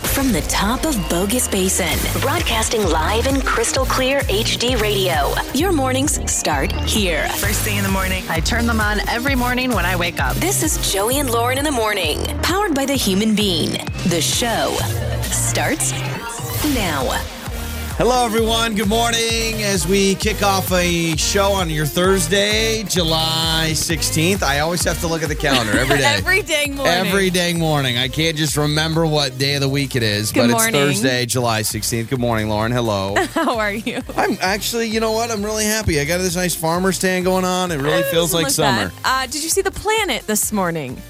From the top of Bogus Basin, broadcasting live in crystal clear HD radio. Your mornings start here. First thing in the morning, I turn them on every morning when I wake up. This is Joey and Lauren in the morning, powered by the human being. The show starts now. Hello, everyone. Good morning. As we kick off a show on your Thursday, July 16th, I always have to look at the calendar every day. Every dang morning. Every dang morning. I can't just remember what day of the week it is, Good but morning. it's Thursday, July 16th. Good morning, Lauren. Hello. How are you? I'm actually, you know what? I'm really happy. I got this nice farmer stand going on. It really feels like summer. Uh, did you see the planet this morning?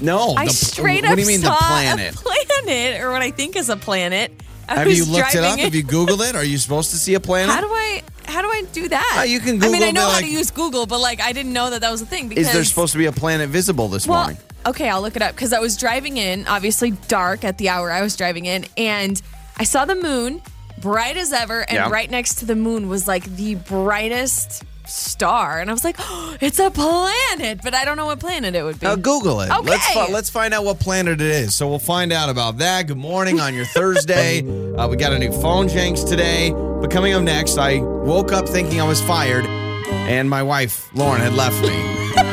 No. I the- straight up What do you mean saw the planet? a planet, or what I think is a planet. I Have was you looked it driving up? Have you Googled it? Are you supposed to see a planet? How do I? How do I do that? Oh, you can I mean, Google I know the, how like- to use Google, but like, I didn't know that that was a thing. Because is there supposed to be a planet visible this Well, morning? okay, I'll look it up because I was driving in, obviously dark at the hour I was driving in, and I saw the moon, bright as ever, and Yeah. right next to the moon was like the brightest star, and I was like, oh, it's a planet, but I don't know what planet it would be. Now Google it. Let's Okay. fi- let's find out what planet it is. So we'll find out about that. Good morning on your Thursday. uh, we got a new phone jinx today. But coming up next, I woke up thinking I was fired, and my wife Lauren had left me.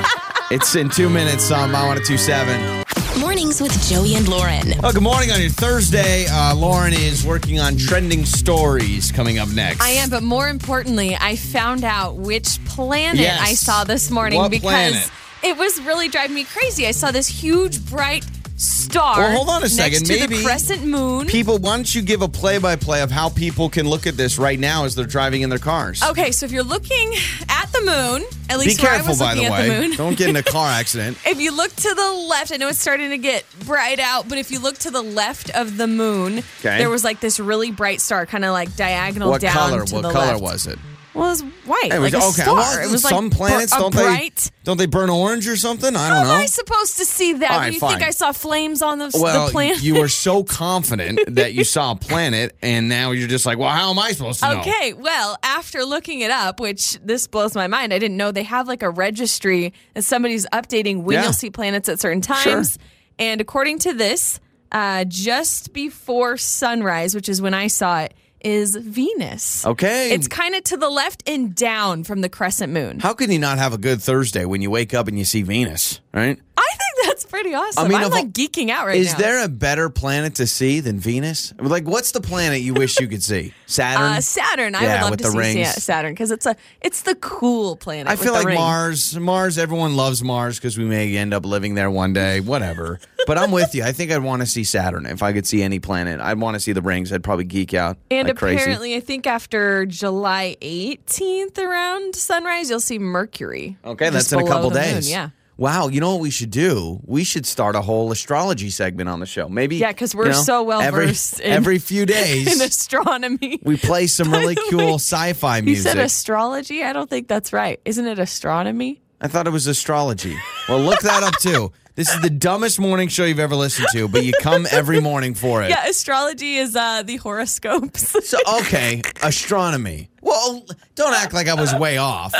it's in two minutes on My One oh Two Seven. Mornings with Joey and Lauren. Well, good morning on your Thursday. Uh, Lauren is working on trending stories coming up next. I am, but more importantly, I found out which planet Yes. I saw this morning What because planet? it was really driving me crazy. I saw this huge bright star. Well, hold on a second. Next to Maybe the crescent moon. People, why don't you give a play-by-play of how people can look at this right now as they're driving in their cars? Okay, so if you're looking at the moon, at Be least where I careful, was by looking the at the way. moon. Don't get in a car accident. If you look to the left, I know it's starting to get bright out, but if you look to the left of the moon, Okay. there was like this really bright star, kind of like diagonal what down color? to What the color left. was it? Well, it was white, It was- like a okay. star. Well, it was like some planets br- a don't bright. they don't they burn orange or something? I How don't am I know. supposed to see that? All What right, do you fine. think I saw flames on the, Well, the planet? you were so confident that you saw a planet, and now you're just like, well, how am I supposed to know? Okay, well, after looking it up, which this blows my mind, I didn't know they have like a registry that somebody's updating when Yeah. you'll see planets at certain Sure. times. And according to this, uh, just before sunrise, which is when I saw it, is Venus. Okay. It's kind of to the left and down from the crescent moon. how can you not have a good Thursday when you wake up and you see Venus? Right? I think that's pretty awesome. I I mean, am of like all- geeking out right now. Is there a better planet to see than Venus? Like, what's the planet you wish you could see? Saturn. uh, Saturn? I Yeah, would love with to the see rings. Saturn because it's a it's the cool planet. I with feel the like ring. Mars. Mars. Everyone loves Mars because we may end up living there one day. Whatever. but I'm with you. I think I'd want to see Saturn if I could see any planet. I'd want to see the rings. I'd probably geek out. And like crazy. apparently, I think after July 18th around sunrise, you'll see Mercury. Okay, just that's in a below couple the moon, days. yeah. Wow, you know what we should do? We should start a whole astrology segment on the show. Maybe Yeah, 'cause we're you know, so well every, versed in- every few In days astronomy. we play some really the cool way, sci-fi you music. said astrology? I don't think that's right. Isn't it astronomy? I thought it was astrology. Well, look that up too. This is the dumbest morning show you've ever listened to, but you come every morning for it. Yeah, astrology is uh, the horoscopes. So okay, astronomy. Well, don't act like I was way off. no,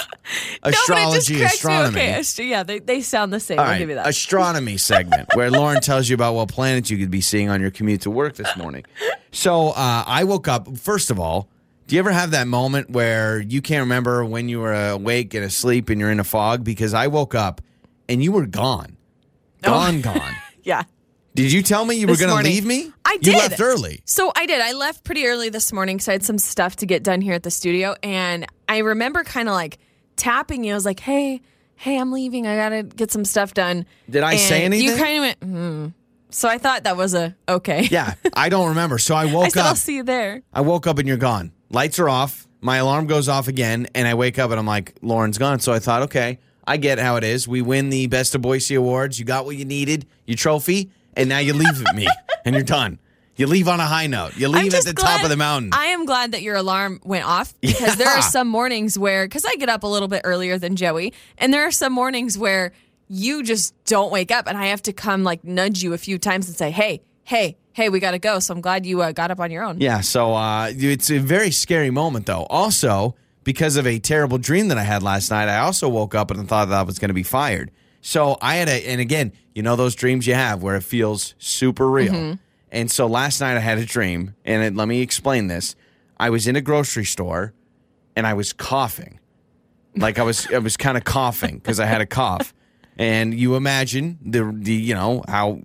but it just Astrology, cracks me- astronomy. Okay, ast- yeah, they, they sound the same. All I'll right, give you that. astronomy segment where Lauren tells you about what planets you could be seeing on your commute to work this morning. So uh, I woke up. First of all, do you ever have that moment where you can't remember when you were awake and asleep and you're in a fog? Because I woke up and you were gone, gone, gone. yeah. Did you tell me you Oh. This were going to morning. leave me? I You did. left early. So I did. I left pretty early this morning because I had some stuff to get done here at the studio. And I remember kind of like tapping you. I was like, hey, hey, I'm leaving. I got to get some stuff done. Did I say And You anything? kind of went, hmm. So I thought that was a okay. Yeah, Oh, I don't remember. So I woke I said, up. I'll see you there. I woke up and you're gone. Lights are off. My alarm goes off again, and I wake up and I'm like, Lauren's gone. So I thought, okay, I get how it is. We win the Best of Boise Awards. You got what you needed, your trophy, and now you leave me, and you're done. You leave on a high note. You I'm leave at just the glad- top of the mountain. I am glad that your alarm went off because there Yeah. are some mornings where, because I get up a little bit earlier than Joey, and there are some mornings where you just don't wake up, and I have to come like nudge you a few times and say, "Hey, hey, hey, we gotta go." So I'm glad you uh, got up on your own. yeah, so uh, it's a very scary moment, though. Also, because of a terrible dream that I had last night, I also woke up and thought that I was going to be Mm-hmm. fired. So I had a, and again, you know those dreams you have where it feels super real. And so last night I had a dream, and it, let me explain this. I was in a grocery store, and I was coughing, like I was I was kind of coughing because I had a cough, and you imagine the the you know how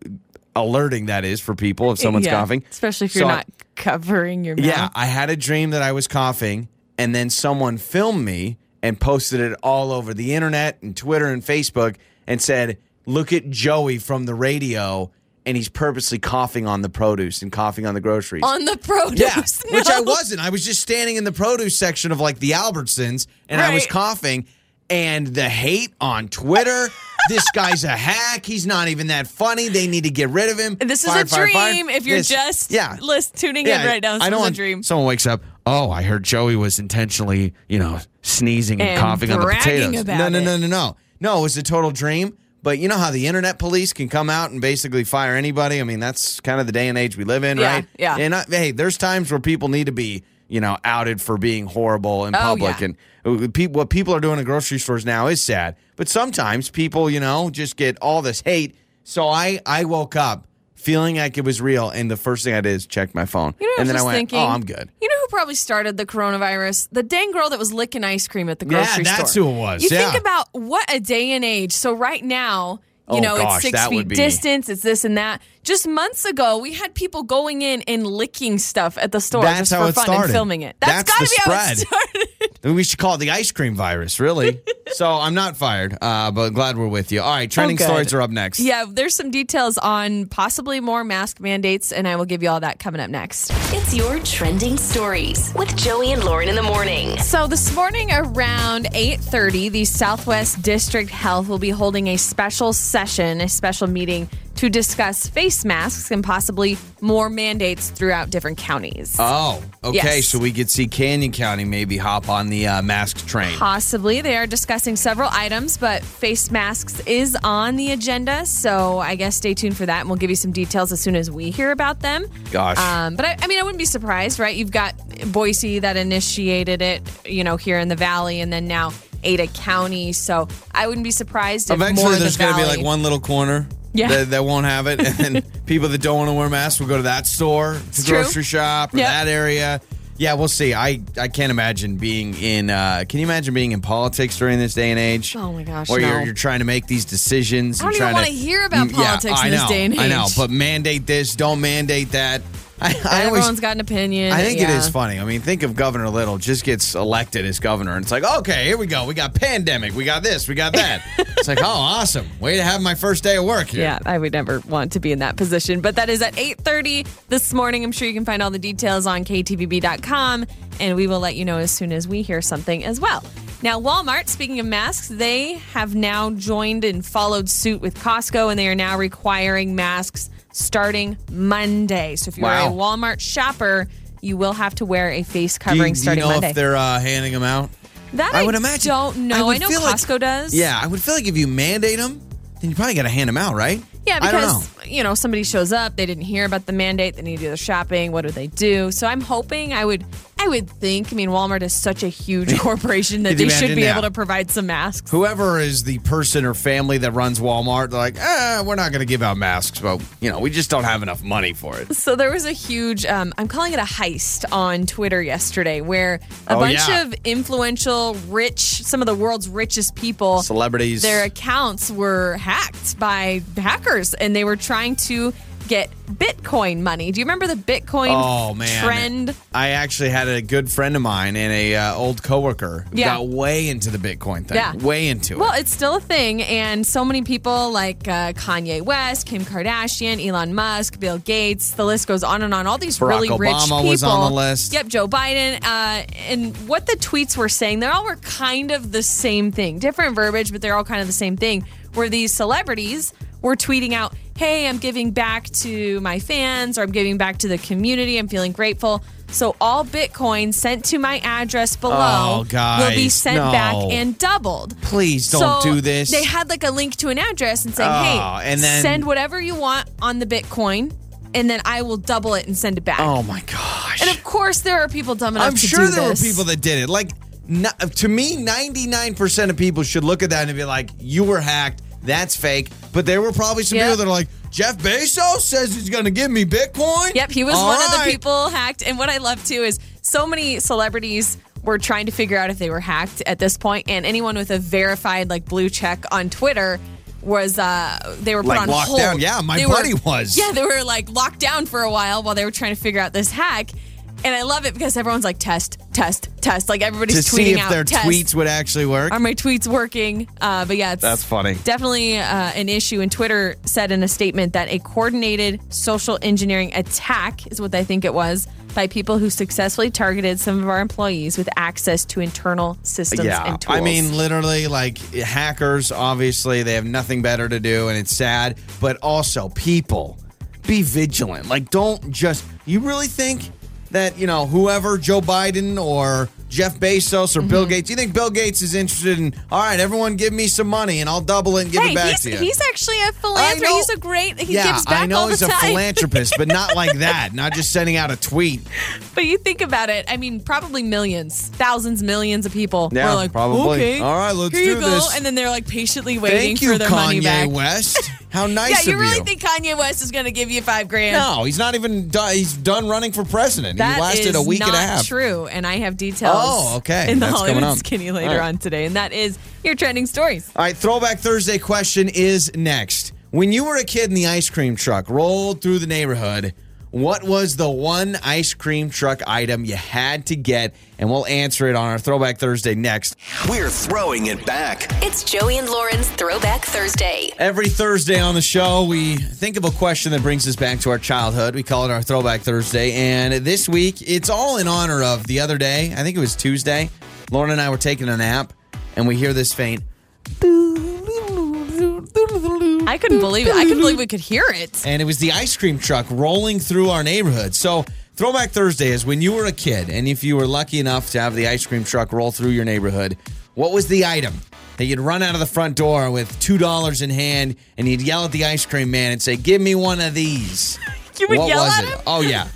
alerting that is for people if someone's Yeah, coughing, Especially if you're So I- not covering your mouth. yeah, I had a dream that I was coughing, and then someone filmed me and posted it all over the internet and Twitter and Facebook and said, Look at Joey from the radio, and he's purposely coughing on the produce and coughing on the groceries. On the produce. yeah, No. which I wasn't. I was just standing in the produce section of like the Albertsons, and I was Right. coughing. And the hate on Twitter. this guy's a hack. He's not even that funny. They need to get rid of him. This is Fire, a fire, fire. dream. If you're This- just yeah. list tuning in right now, this I know is a when dream. Someone wakes up. Oh, I heard Joey was intentionally, you know, sneezing and, And coughing on the bragging potatoes. about no, no, it. no, no, no. No, it was a total dream. But you know how the internet police can come out and basically fire anybody. I mean, that's kind of the day and age we live in, Yeah, right? yeah. And I, hey, there's times where people need to be, you know, outed for being horrible in Oh, public. yeah. And uh, pe- what people are doing in grocery stores now is sad. But sometimes people, you know, just get all this hate. So I, I woke up feeling like it was real, and the first thing I did is check my phone. You know what and I then I was just went, thinking? "Oh, I'm good." You know who probably started the coronavirus? The dang girl that was licking ice cream at the Yeah, grocery store. that's who it was, You yeah. think about what a day and age. So right now, you Oh, know, gosh, it's six that would feet be- distance, it's this and that. Just months ago, we had people going in and licking stuff at the store That's Oh, just how for it fun started. and filming it. That's gotta the be how it spread. started. I mean, we should call it the ice cream virus, really. so I'm not fired, uh, but glad we're with you. All right, trending Oh, good. stories are up next. Yeah, there's some details on possibly more mask mandates, and I will give you all that coming up next. It's your trending stories with Joey and Lauren in the morning. So this morning around 8:30, the Southwest District Health will be holding a special session, a special meeting to discuss face masks and possibly more mandates throughout different counties. Oh, okay. Yes. So we could see Canyon County maybe hop on the uh, mask train. Possibly. They are discussing several items, but face masks is on the agenda. So I guess stay tuned for that, and we'll give you some details as soon as we hear about them. Gosh. Um, but I, I mean, I wouldn't be surprised, right? You've got Boise that initiated it, you know, here in the Valley, and then now Ada County. So I wouldn't be surprised if more Eventually, of there's the going to be Valley- like one little corner Yeah. that, that won't have it. And then people that don't want to wear masks will go to that store, the true. grocery shop, or Yep. that area. Yeah, we'll see. I, I can't imagine being in. Uh, can you imagine being in politics during this day and age? Oh my gosh, Where you're, no. you're trying to make these decisions. I don't and even trying wanna hear about Mm, politics I in this know, day and I know, age. but mandate this, don't mandate that. I, I Everyone's always got an opinion. I think it yeah. is funny. I mean, think of Governor Little just gets elected as governor, and it's like, okay, here we go. We got pandemic. We got this. We got that. it's like, oh, awesome. Way to have my first day of work here. Yeah, I would never want to be in that position. But that is at 8:30 this morning. I'm sure you can find all the details on ktvb.com and we will let you know as soon as we hear something as well. Now, Walmart, speaking of masks, they have now joined and followed suit with Costco and they are now requiring masks starting Monday. So if you're Wow. a Walmart shopper, you will have to wear a face Do you, covering do you starting know Monday. if they're uh, handing them out? that I, don't know. I, would know feel like- Costco does. Yeah, I would feel like if you mandate them, then you probably got to hand them out, right? Yeah, I don't know. because you know somebody shows up, they didn't hear about the mandate, they need to do their shopping. What do they do? So I'm hoping I would, I would think. I mean, Walmart is such a huge corporation that Could you they should imagine be now? able to provide some masks. Whoever is the person or family that runs Walmart, they're like, ah, we're not going to give out masks, but you know, we just don't have enough money for it. So there was a huge, um, I'm calling it a heist on Twitter yesterday, where a Oh, bunch yeah. of influential, rich, some of the world's richest people, Celebrities. their accounts were hacked by hackers, and they were trying to get Bitcoin money. Do you remember the Bitcoin Oh man! trend? I actually had a good friend of mine and a uh, old coworker who Yeah. got way into the Bitcoin thing. Yeah. Way into Well, it. it's still a thing, and so many people like uh, Kanye West, Kim Kardashian, Elon Musk, Bill Gates. The list goes on and on. All these Barack really rich Obama people. was on the list. Yep, Joe Biden. Uh, and what the tweets were saying, they all were kind of the same thing, different verbiage, but they're all kind of the same thing. Where these celebrities were tweeting out, "Hey, I'm giving back to my fans, or I'm giving back to the community. I'm feeling grateful." So all Bitcoin sent to my address below Oh, guys, will be sent no. back and doubled. Please don't So do this. They had like a link to an address and saying, Oh, "Hey, and then- send whatever you want on the Bitcoin, and then I will double it and send it back." oh my gosh! And of course, there are people dumb enough I'm to sure do there this. were people that did it. Like, no- to me, 99% of people should look at that and be like, "You were hacked. That's fake." But there were probably some Yeah. people that are like, Jeff Bezos says he's going to give me Bitcoin. Yep, he was All one of the right. people hacked. And what I love too is so many celebrities were trying to figure out if they were hacked at this point, and anyone with a verified like blue check on Twitter was uh they were put Like on locked hold. down. Yeah, my They were- buddy was. Yeah, they were like locked down for a while while they were trying to figure out this hack. And I love it because everyone's like test, test, test. Like To everybody's see tweeting if out their test. tweets would actually work. Are my tweets working? Uh, but yeah, it's That's funny. Definitely uh, an issue. And Twitter said in a statement that a coordinated social engineering attack is what I think it was by people who successfully targeted some of our employees with access to internal systems and tools. I mean, literally, like hackers, obviously, they have nothing better to do, and it's sad. But also, people, be vigilant. Like, don't just, you really think that, you know, whoever, Joe Biden or Jeff Bezos or Mm-hmm. Bill Gates, you think Bill Gates is interested in, all right, everyone give me some money and I'll double it and give hey, it back he's, to you? he's actually a I philanthropist. know- He's a great. He yeah, gives back I know all the he's a time. philanthropist, but not like that. Not just sending out a tweet. but you think about it. I mean, probably millions, thousands, millions of people. Yeah, were like, probably. Okay, All right, let's here you do go. this. And then they're like patiently waiting Thank for you, their money back. Kanye West. How nice yeah, you of really you. think Kanye West is going to give you five grand? No, he's not even done. He's done running for president. That he lasted is a week not and a half. true, and I have details. Oh, okay. In the That's coming Hollywood up. Skinny All later right. on today, and that is your trending stories. All right, Throwback Thursday question is next. When you were a kid and the ice cream truck rolled through the neighborhood, what was the one ice cream truck item you had to get? And we'll answer it on our Throwback Thursday next. We're throwing it back. It's Joey and Lauren's Throwback Thursday. Every Thursday on the show, we think of a question that brings us back to our childhood. We call it our Throwback Thursday. And this week, it's all in honor of the other day. I think it was Tuesday. Lauren and I were taking a nap, and we hear this faint. I couldn't believe it. I couldn't believe we could hear it. and it was the ice cream truck rolling through our neighborhood. So, Throwback Thursday is when you were a kid, and if you were lucky enough to have the ice cream truck roll through your neighborhood, what was the item that you'd run out of the front door with $2 in hand and you'd yell at the ice cream man and say, Give me one of these? You would what yell was at it? him? Oh, yeah.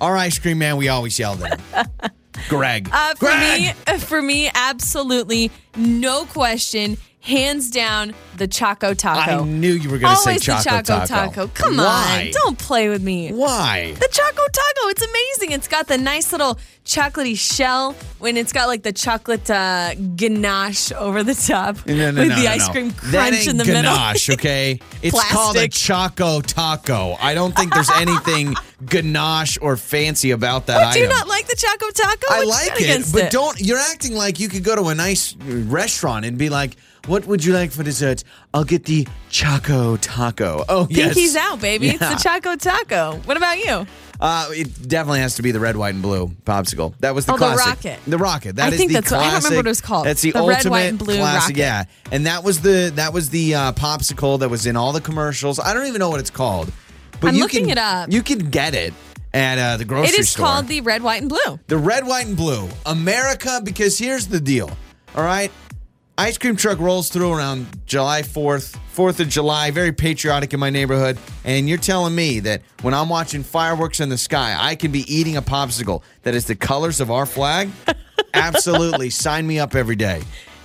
Our ice cream man, we always yelled at him. Greg. Uh, for Greg! me, uh, for me, absolutely no question, hands down, the Choco Taco. I knew you were going to say Oh. Always Choco, the Choco Taco. Come Why? on, don't play with me. Why? The Choco Taco, it's amazing. It's got the nice little chocolatey shell when it's got like the chocolate uh, ganache over the top No, no, with no, the no, ice no. cream that crunch ain't in the ganache, middle. okay? It's called a Plastic. choco taco. I don't think there's anything ganache or fancy about that But do item. you not like the Choco Taco? I What you like got it, against but don't. You're acting like you could go to a nice restaurant and be like, "What would you like for dessert? I'll get the choco taco." Oh, Pinkies yes. out, baby. Yeah. It's the Choco Taco. What about you? Uh, it definitely has to be the red, white, and blue popsicle. That was the Oh, the classic. rocket. The rocket. That I is think the that's what- I don't remember classic- what it was called. That's the, The ultimate red, white, and blue classic. rocket. Yeah, and that was the that was the uh, popsicle that was in all the commercials. I don't even know what it's called. But I'm you looking can, it up. You can get it at uh, the grocery It is store. called the red, white, and blue. The red, white, and blue. America, because here's the deal. All right. Ice cream truck rolls through around July 4th, 4th of July, very patriotic in my neighborhood. And you're telling me that when I'm watching fireworks in the sky, I can be eating a popsicle that is the colors of our flag? Absolutely. Sign me up every day.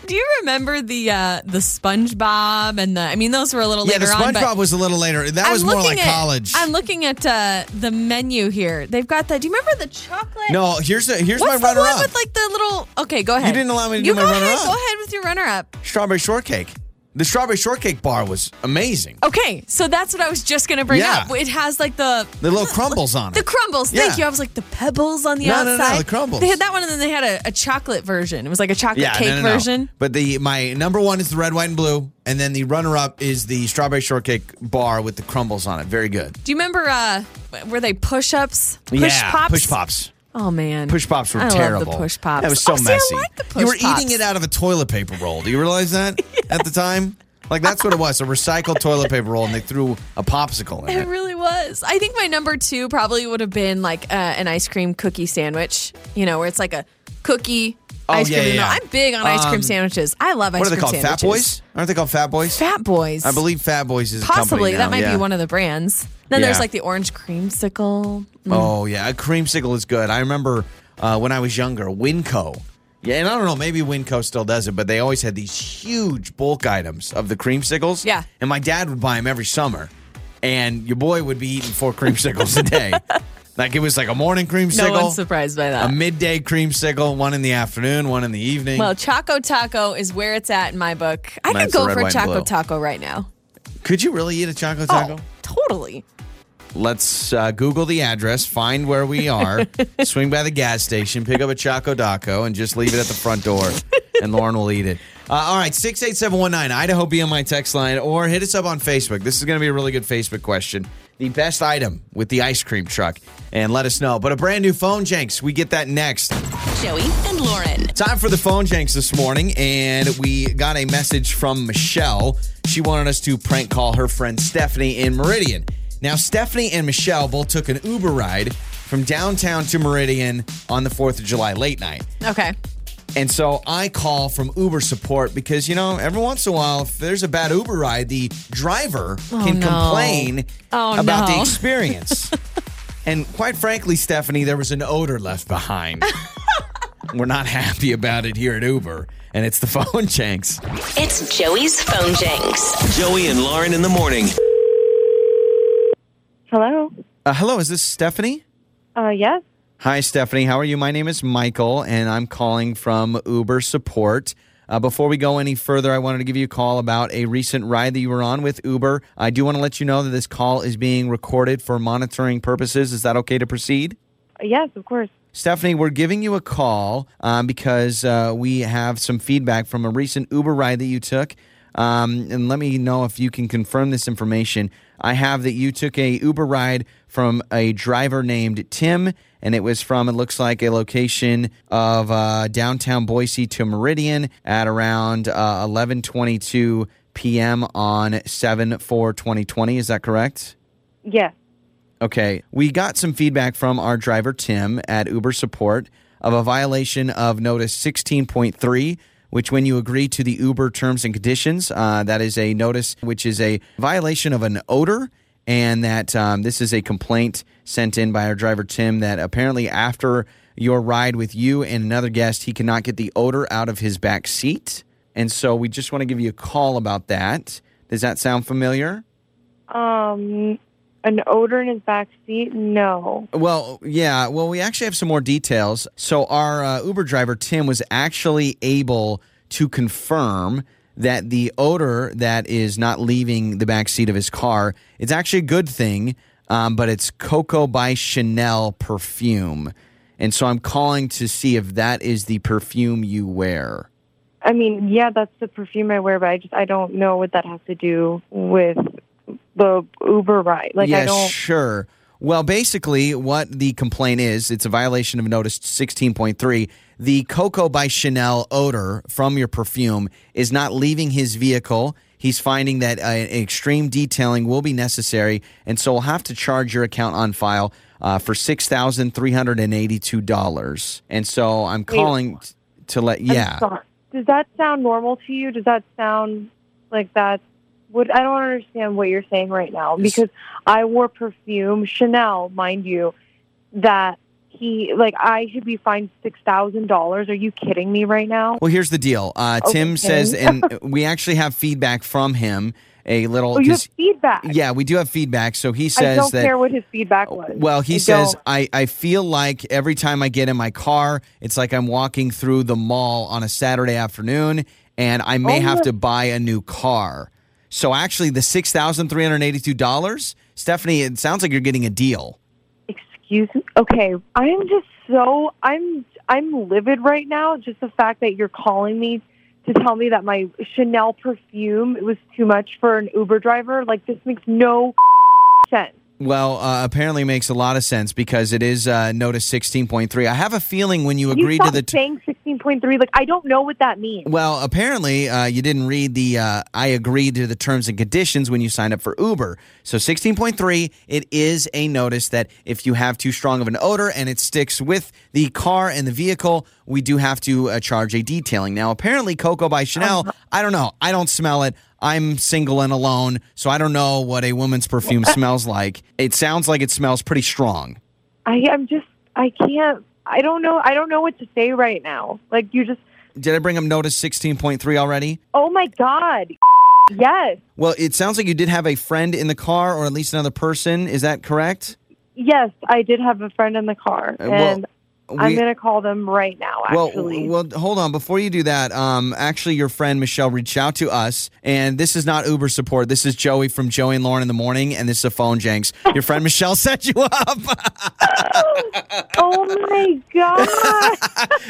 Do you remember the uh, the SpongeBob and the? I mean, those were a little Yeah, the later on. but SpongeBob was a little later. That was more like at, college. I'm looking at uh, the menu here. They've got the. Do you remember the chocolate? no, here's a, here's What's my the runner one up. with like the little? Okay, go ahead. didn't allow me to you do my go runner-up. ahead. Go ahead with your runner up. Strawberry shortcake. The strawberry shortcake bar was amazing. Okay, so that's what I was just gonna bring Yeah. up. It has like the The little crumbles on it. the crumbles. Yeah. Thank you. I was like the pebbles on the No, no, outside. no, the crumbles. They had that one, and then they had a, a chocolate version. It was like a chocolate cake no, no, no. version. But the my number one is the red, white, and blue, and then the runner up is the strawberry shortcake bar with the crumbles on it. Very good. Do you remember? uh Were they push ups? Push yeah, pops. push pops. Oh man, Push pops were I terrible. Love the push pops. That was so oh, see, messy. I like the push you were pops. eating it out of a toilet paper roll. Do you realize that at the time? Like that's what it was—a recycled toilet paper roll, and they threw a popsicle in It it. really was. I think my number two probably would have been like uh, an ice cream cookie sandwich. You know, where it's like a cookie Oh, ice yeah, cream. yeah, and all. yeah. I'm big on ice Um, cream sandwiches. I love ice What are they cream called? Fat Boys? sandwiches. Aren't they called Fat Boys? Fat Boys. I believe Fat Boys is a company possibly now, that might yeah. be one of the brands. Then Yeah. there's like the orange creamsicle. Oh yeah, a creamsicle is good. I remember uh, when I was younger, Winco. Yeah, and I don't know, maybe Winco still does it, but they always had these huge bulk items of the creamsicles. Yeah. and my dad would buy them every summer. and your boy would be eating four creamsicles a day. like it was like a morning creamsicle, No one's surprised by a that. midday creamsicle, one in the afternoon, one in the evening. well, Choco Taco is where it's at in my book. I Mine's could go the red, for white, and Choco blue. Taco right now. Could you really eat a choco taco? Oh, totally. Let's uh, Google the address, find where we are, swing by the gas station, pick up a Choco Daco, and just leave it at the front door, and Lauren will eat it. Uh, all right, 68719, Idaho BMI text line, or hit us up on Facebook. This is going to be a really good Facebook question. The best item with the ice cream truck, and let us know. But a brand new phone janks, we get that next. Joey and Lauren. Time for the phone janks this morning, and we got a message from Michelle. She wanted us to prank call her friend Stephanie in Meridian. Now, Stephanie and Michelle both took an Uber ride from downtown to Meridian on the 4th of July late night. Okay. And so I call from Uber support because, you know, every once in a while, if there's a bad Uber ride, the driver can Oh, no. complain Oh, about the no. experience. and quite frankly, Stephanie, there was an odor left behind. We're not happy about it here at Uber, and it's the phone janks. It's Joey's phone janks. Joey and Lauren in the morning. Hello. Uh, hello, is this Stephanie? Uh, yes. Hi, Stephanie. How are you? My name is Michael, and I'm calling from Uber Support. Uh, before we go any further, I wanted to give you a call about a recent ride that you were on with Uber. I do want to let you know that this call is being recorded for monitoring purposes. Is that okay to proceed? Yes, of course. Stephanie, we're giving you a call um, because uh, we have some feedback from a recent Uber ride that you took. Um, and let me know if you can confirm this information. I have that you took a Uber ride from a driver named Tim, and it was from it looks like a location of uh, downtown Boise to Meridian at around uh, 11:22 p.m. on 7/4/2020. Is that correct? Yes. Okay. We got some feedback from our driver, Tim, at Uber Support of a violation of notice 16.3, which, when you agree to the Uber terms and conditions, uh, that is a notice which is a violation of an odor. And that um, this is a complaint sent in by our driver, Tim, that apparently after your ride with you and another guest, he cannot get the odor out of his back seat. And so we just want to give you a call about that. Does that sound familiar? Um, an odor in his back seat? No. Well, yeah. Well, we actually have some more details. So, our uh, Uber driver, Tim, was actually able to confirm that the odor that is not leaving the back seat of his car, it's actually a good thing, um, but it's Coco by Chanel perfume. And so I'm calling to see if that is the perfume you wear. I mean, yeah, that's the perfume I wear, but I just I don't know what that has to do with the Uber ride. Like yeah, I don't. sure. Well, basically, what the complaint is, it's a violation of notice 16.3. The Coco by Chanel odor from your perfume is not leaving his vehicle. He's finding that uh, extreme detailing will be necessary, and so we'll have to charge your account on file uh, for six thousand three hundred and eighty-two dollars. And so I'm calling t- to let yeah. Sorry. Does that sound normal to you? Does that sound like that's what I don't understand what you're saying right now because I wore perfume, Chanel, mind you, that he like I should be fined six thousand dollars. Are you kidding me right now? Well, here's the deal. Uh, Tim Okay. says, and we actually have feedback from him. A little. Oh, you 'cause- have feedback. Yeah, we do have feedback. So he I says don't that. Oh, care what his feedback was. well, he I says don't. I, I feel like every time I get in my car, it's like I'm walking through the mall on a Saturday afternoon, and I may Oh, have yeah. to buy a new car. So actually, the six thousand three hundred eighty-two dollars, Stephanie, it sounds like you're getting a deal. excuse me. Okay, I'm just so I'm I'm livid right now. Just the fact that you're calling me to tell me that my Chanel perfume was too much for an Uber driver. Like this makes no sense. Well, uh, apparently makes a lot of sense because it is uh, notice sixteen point three. I have a feeling when you Can you agree to stop the t- saying sixteen point three. Like I don't know what that means. Well, apparently uh, you didn't read the uh, I agreed to the terms and conditions when you signed up for Uber. So 16.3, it is a notice that if you have too strong of an odor and it sticks with the car and the vehicle, we do have to uh, charge a detailing. Now, apparently Coco by Chanel, I don't know. I don't smell it. I'm single and alone, so I don't know what a woman's perfume smells like. It sounds like it smells pretty strong. I I'm just I can't. I don't know. I don't know what to say right now. Like you just. Did I bring up notice 16.3 already? Oh my God. Yes. Well, it sounds like you did have a friend in the car, or at least another person. Is that correct? Yes, I did have a friend in the car, Uh, well, and I'm going to call them right now. Actually, Well, well, hold on. Before you do that, um, actually, your friend Michelle reached out to us, and this is not Uber support. This is Joey from Joey and Lauren in the morning, and this is a phone janks. Your friend Michelle set you up. oh my god!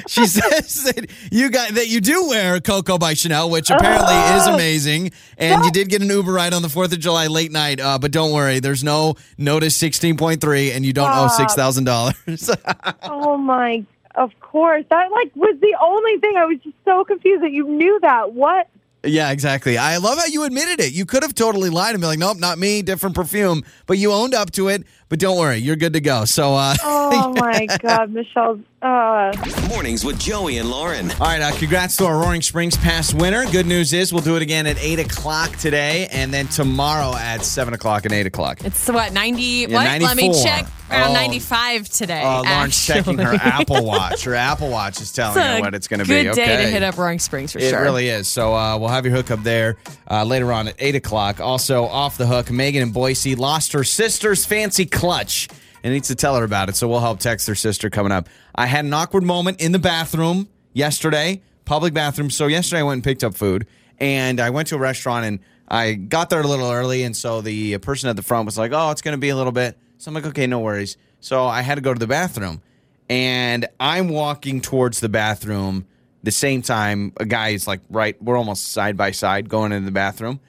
she says that you got that you do wear Coco by Chanel, which apparently is amazing, and you did get an Uber ride on the Fourth of July late night. Uh, but don't worry, there's no notice sixteen point three, and you don't owe six thousand dollars. oh my! Of course, that like was the only thing. I was just so confused that you knew that. What? Yeah, exactly. I love how you admitted it. You could have totally lied and be like, "Nope, not me, different perfume." But you owned up to it. But don't worry, you're good to go. So, uh, Oh my god, Michelle. Uh, Mornings with Joey and Lauren. all right, uh, congrats to our Roaring Springs past winner. Good news is we'll do it again at eight o'clock today, and then tomorrow at seven o'clock and eight o'clock. It's what, 90? what? Let me 94. check. Around Oh. 95 today. Uh, Lauren's checking her actually. Apple Watch. Her Apple Watch is telling a her what it's going to be. Good okay. day to hit up Roaring Springs for It sure. really is. So uh, we'll have your hookup there uh, later on at 8 o'clock. Also, off the hook, Megan in Boise lost her sister's fancy clutch and needs to tell her about it. So we'll help text her sister coming up. I had an awkward moment in the bathroom yesterday, public bathroom. So yesterday I went and picked up food and I went to a restaurant and I got there a little early. And so the person at the front was like, oh, it's going to be a little bit. So I'm like, okay, no worries. So I had to go to the bathroom and I'm walking towards the bathroom. The same time, a guy is like right. We're almost side by side going into the bathroom,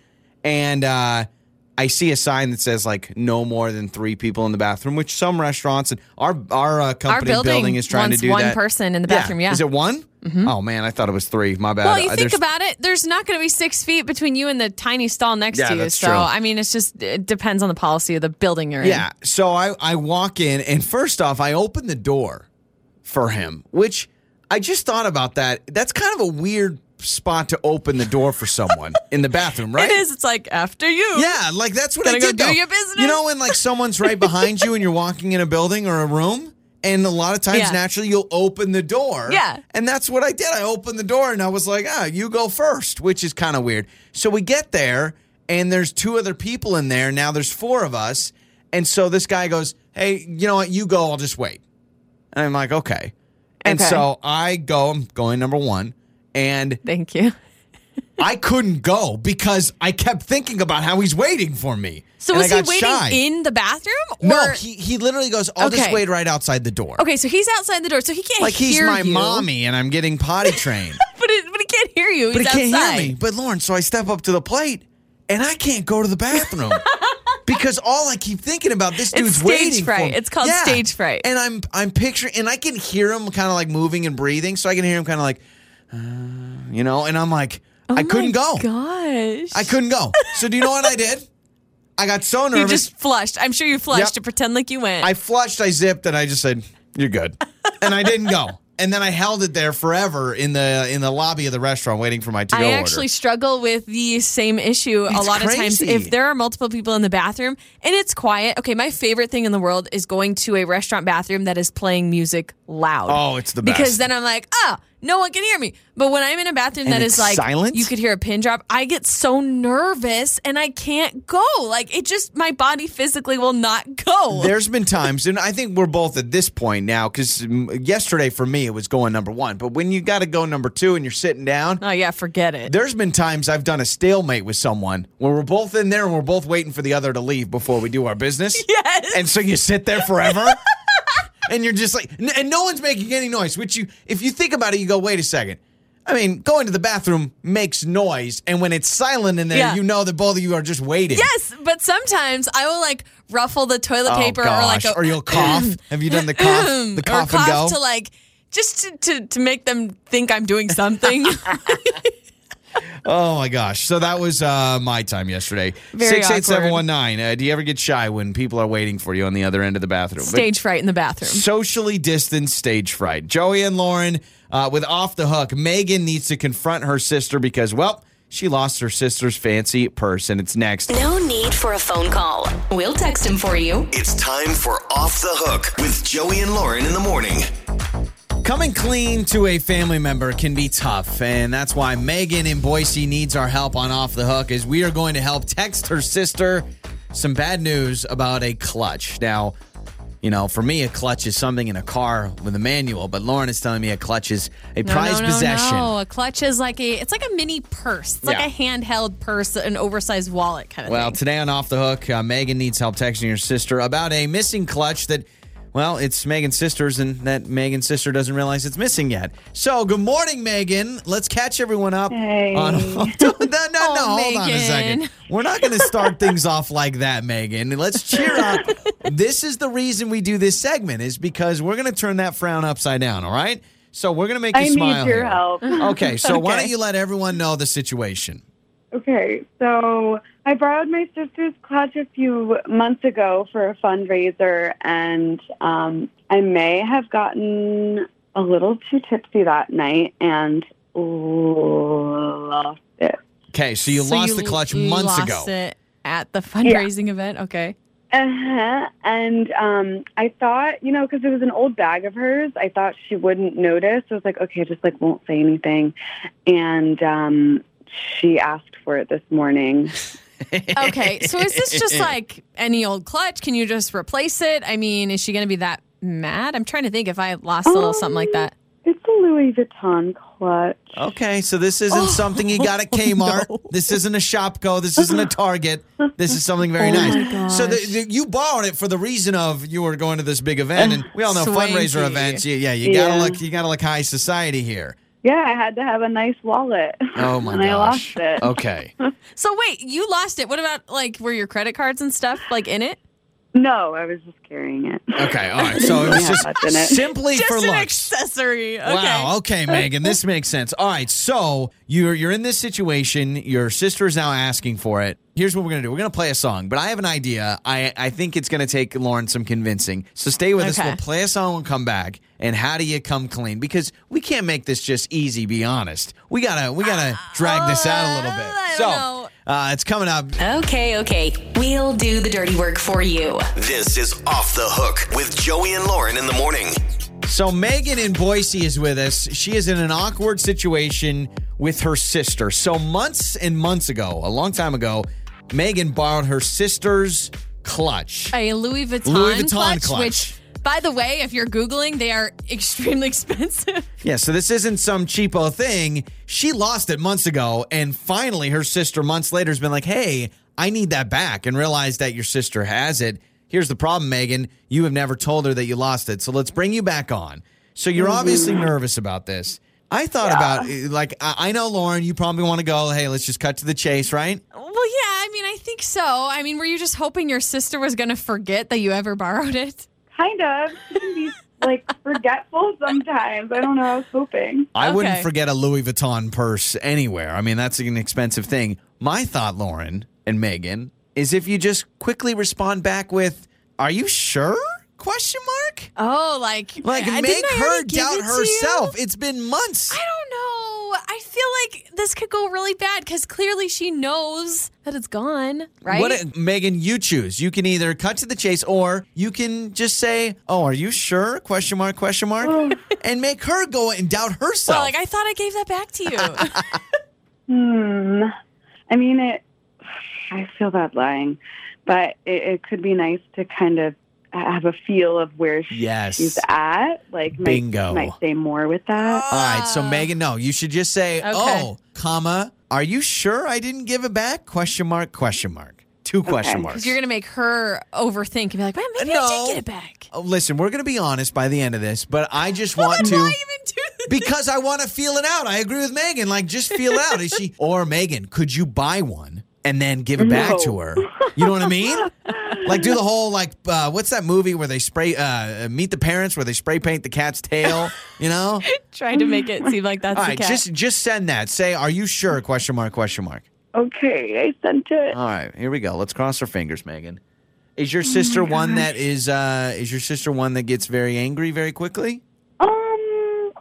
and uh, I see a sign that says like no more than three people in the bathroom. Which some restaurants and our our uh, company building is trying wants to do one that. person in the bathroom, yeah. Mm-hmm. is it one? Oh man, I thought it was three. My bad. Well, you Uh, think there's- about it, there's not going to be six feet between you and the tiny stall next Yeah, to you. that's so, true. I mean, it's just, it depends on the policy of the building you're in. Yeah. So I, I walk in, and first off, I open the door for him, which I just thought about that. That's kind of a weird spot to open the door for someone in the bathroom, right? It is. It's like after you. Yeah, like that's what I Gotta go did. do though. your business. You know when like someone's right behind you and you're walking in a building or a room, and a lot of times Yeah. naturally you'll open the door. Yeah. and that's what I did. I opened the door and I was like, ah, you go first, which is kind of weird. So we get there and there's two other people in there. Now there's four of us, and so this guy goes, hey, you know what? You go. I'll just wait. And I'm like, okay. And Okay. so I go. I'm going number one, and Thank you. I couldn't go because I kept thinking about how he's waiting for me. So, And was I he got waiting shy. in the bathroom? Or? No, he, he literally goes, I'll just Okay. wait right outside the door. okay, so he's outside the door, so he can't Like he's hear my you. mommy and I'm getting potty trained. But, it, but he can't hear you. but he he's can't outside. hear me. But Lauren, so I step up to the plate and I can't go to the bathroom. Because all I keep thinking about this dude's stage waiting for fright. me. It's called stage fright. And I'm I'm picturing and I can hear him kind of like moving and breathing, so I can hear him kind of like uh, you know, and I'm like Oh I couldn't go. Gosh. I couldn't go. So do you know what I did? I got so nervous. You just flushed. I'm sure you flushed Yep. to pretend like you went. I flushed, I zipped, and I just said, "You're good," and I didn't go. And then I held it there forever in the in the lobby of the restaurant, waiting for my to go I order. actually struggle with the same issue a It's lot of times. crazy. If there are multiple people in the bathroom and it's quiet, okay, my favorite thing in the world is going to a restaurant bathroom that is playing music loud. Oh, it's the best. Because then I'm like, oh, no one can hear me. But when I'm in a bathroom And that it's is like silent? you could hear a pin drop, I get so nervous and I can't go. Like it just my body physically will not go. There's been times, and I think we're both at this point now because yesterday for me it was going number one, but when you got to go number two and you're sitting down, oh yeah, forget it. There's been times I've done a stalemate with someone where we're both in there and we're both waiting for the other to leave before we do our business. Yes. And so you sit there forever. and you're just like n- and no one's making any noise, which you if you think about it you go wait a second. I mean, going to the bathroom makes noise and when it's silent in there Yeah. you know that both of you are just waiting. Yes, but sometimes I will like ruffle the toilet Oh, paper or like gosh. a, or you'll cough. Have you done the cough? The or cough and go? cough to like just to, to, to make them think I'm doing something. Oh my gosh! So that was uh, my time yesterday. Very Six eight seven one nine. Uh, do you ever get shy when people are waiting for you on the other end of the bathroom? But Stage fright in the bathroom. socially distanced stage fright. Joey and Lauren uh, with off the hook. Megan needs to confront her sister because well, she lost her sister's fancy purse, and it's next. No need for a phone call. We'll text him for you. It's time for Off the Hook with Joey and Lauren in the morning. Coming clean to a family member can be tough, and that's why Megan in Boise needs our help on Off the Hook as we are going to help text her sister some bad news about a clutch. Now, you know, for me, a clutch is something in a car with a manual, but Lauren is telling me a clutch is a No, prized no, no, possession. No. A clutch is like a it's like a mini purse. It's like Yeah. a handheld purse, an oversized wallet kind of Well, thing. today on Off the Hook, uh, Megan needs help texting your sister about a missing clutch that, well, it's Megan's sister's and that Megan's sister doesn't realize it's missing yet. So, good morning, Megan. Let's catch everyone up. Hey. On, no, no, no. Oh, hold on a second. Megan. We're not going to start things off like that, Megan. Let's cheer up. this is the reason we do this segment is because we're going to turn that frown upside down. All right. So we're going to make you I smile. need your here. help. Okay. So why don't you let everyone know the situation? Okay, so I borrowed my sister's clutch a few months ago for a fundraiser, and um, I may have gotten a little too tipsy that night and lost it. Okay. So you lost the clutch months lost ago. It at the fundraising event. Okay. Uh-huh. And um, I thought, you know, because it was an old bag of hers, I thought she wouldn't notice. I was like, okay, just like won't say anything. And um, she asked for it this morning. Okay. So is this just like any old clutch? Can you just replace it? I mean, is she going to be that mad? I'm trying to think if I lost a little something like that. It's a Louis Vuitton clutch. Okay, so this isn't Oh. something you got at Kmart. This isn't a Shopko. This isn't a Target. This is something Oh, very nice. So the, the, you borrowed it for the reason of you were going to this big event, and we all know fundraiser Swanky. events. You, yeah, you gotta Yeah. look. You gotta look high society here. Yeah, I had to have a nice wallet. Oh my and gosh. I lost it. Okay. So wait, you lost it. What about like were your credit cards and stuff like in it? No, I was just carrying it. Okay. All right. So it was Yeah, just that's in it. simply for Just an looks. accessory. Okay. Wow. Okay, Megan, this makes sense. All right, so you're you're in this situation. Your sister is now asking for it. Here's what we're gonna do. We're gonna play a song, but I have an idea. I I think it's gonna take Lauren some convincing. So stay with us. Okay. We'll play a song. We'll come back. And how do you come clean? Because we can't make this just easy. Be honest. We gotta we gotta drag this out a little bit. Uh, I so don't know. Uh, it's coming up. Okay, okay. We'll do the dirty work for you. This is Off the Hook with Joey and Lauren in the morning. So Megan in Boise is with us. She is in an awkward situation with her sister. So months and months ago, a long time ago, Megan borrowed her sister's clutch. a Louis Vuitton, Louis Vuitton clutch, clutch. which by the way, if you're googling, they are extremely expensive. Yeah, so this isn't some cheapo thing. She lost it months ago, and finally her sister months later has been like, hey, I need that back, and realized that your sister has it. Here's the problem, Megan. You have never told her that you lost it. So let's bring you back on. So you're obviously nervous about this. I thought about about, like, I, I know, Lauren, you probably want to go, hey, let's just cut to the chase, right? well, yeah, I mean, I think so. I mean, were you just hoping your sister was going to forget that you ever borrowed it? Kind of. She can be like forgetful sometimes. I don't know. I was hoping. I wouldn't Okay. forget a Louis Vuitton purse anywhere. I mean, that's an expensive thing. My thought, Lauren and Megan, is if you just quickly respond back with, "Are you sure?" question mark. Oh, like Like I- make didn't I her already give doubt it to you? herself. It's been months. I don't know. I feel like this could go really bad because clearly she knows that it's gone, right? What, Megan, you choose. You can either cut to the chase or you can just say, "Oh, are you sure?" question mark question mark and make her go and doubt herself. well, like I thought I gave that back to you. Hmm. I mean, it. I feel bad lying, but it, it could be nice to kind of have a feel of where she- Yes. she's at. Like, might- Bingo. Might, say more with that. All right, Ah. so Megan, no, you should just say, "Oh, comma, are you sure I didn't give it back?" question mark question mark. Two question Okay. marks. You're gonna make her overthink and be like, "Well, maybe I No. did get it back." Oh, listen, we're going to be honest by the end of this, but I just want Why to even do this? because I want to feel it out. I agree with Megan. Like, just feel it out. Is she or Megan? Could you buy one and then give it back to No. her? You know what I mean? Like, do the whole like, uh, what's that movie where they spray uh, Meet the Parents, where they spray paint the cat's tail? You know? Trying to make it seem like that's All the right, cat. just just send that. Say, "Are you sure?" question mark question mark. Okay, I sent it. All right, here we go. Let's cross our fingers, Megan. Is your sister one that is uh is your sister one that gets very angry very quickly? Um.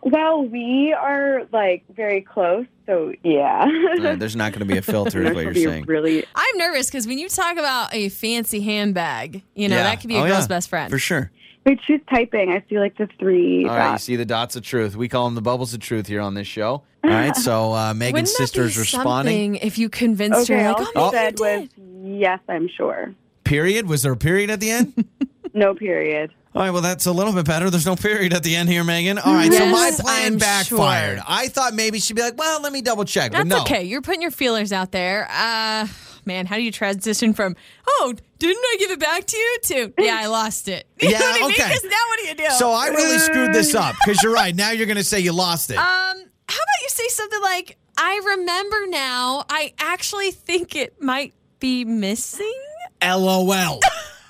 Well, we are like very close, so yeah. Uh, there's not going to be a filter is what This will you're be saying. really I'm nervous because when you talk about a fancy handbag, you know Yeah. that could be a Oh, girl's yeah, best friend. For sure. Wait, she's typing. I see like the three. All right, you dots. see the dots of truth. We call them the bubbles of truth here on this show. All right, so uh, Wouldn't Megan's that sister be is responding. something if you convinced Okay, her, all like, she oh, my said God, you was did. yes, I'm sure. Period. Was there a period at the end? No period. All right, well, that's a little bit better. There's no period at the end here, Megan. All right, so my Yes, plan I'm backfired. sure. I thought maybe she'd be like, well, let me double check. That's but no. okay. You're putting your feelers out there. Uh, man, how do you transition from, oh, didn't I give it back to you? to, yeah, I lost it. You Yeah, know what I mean? okay. 'Cause now what do you do? So I really screwed this up because you're right. Now you're going to say you lost it. Um, how about you say something like, I remember now. I actually think it might be missing. LOL.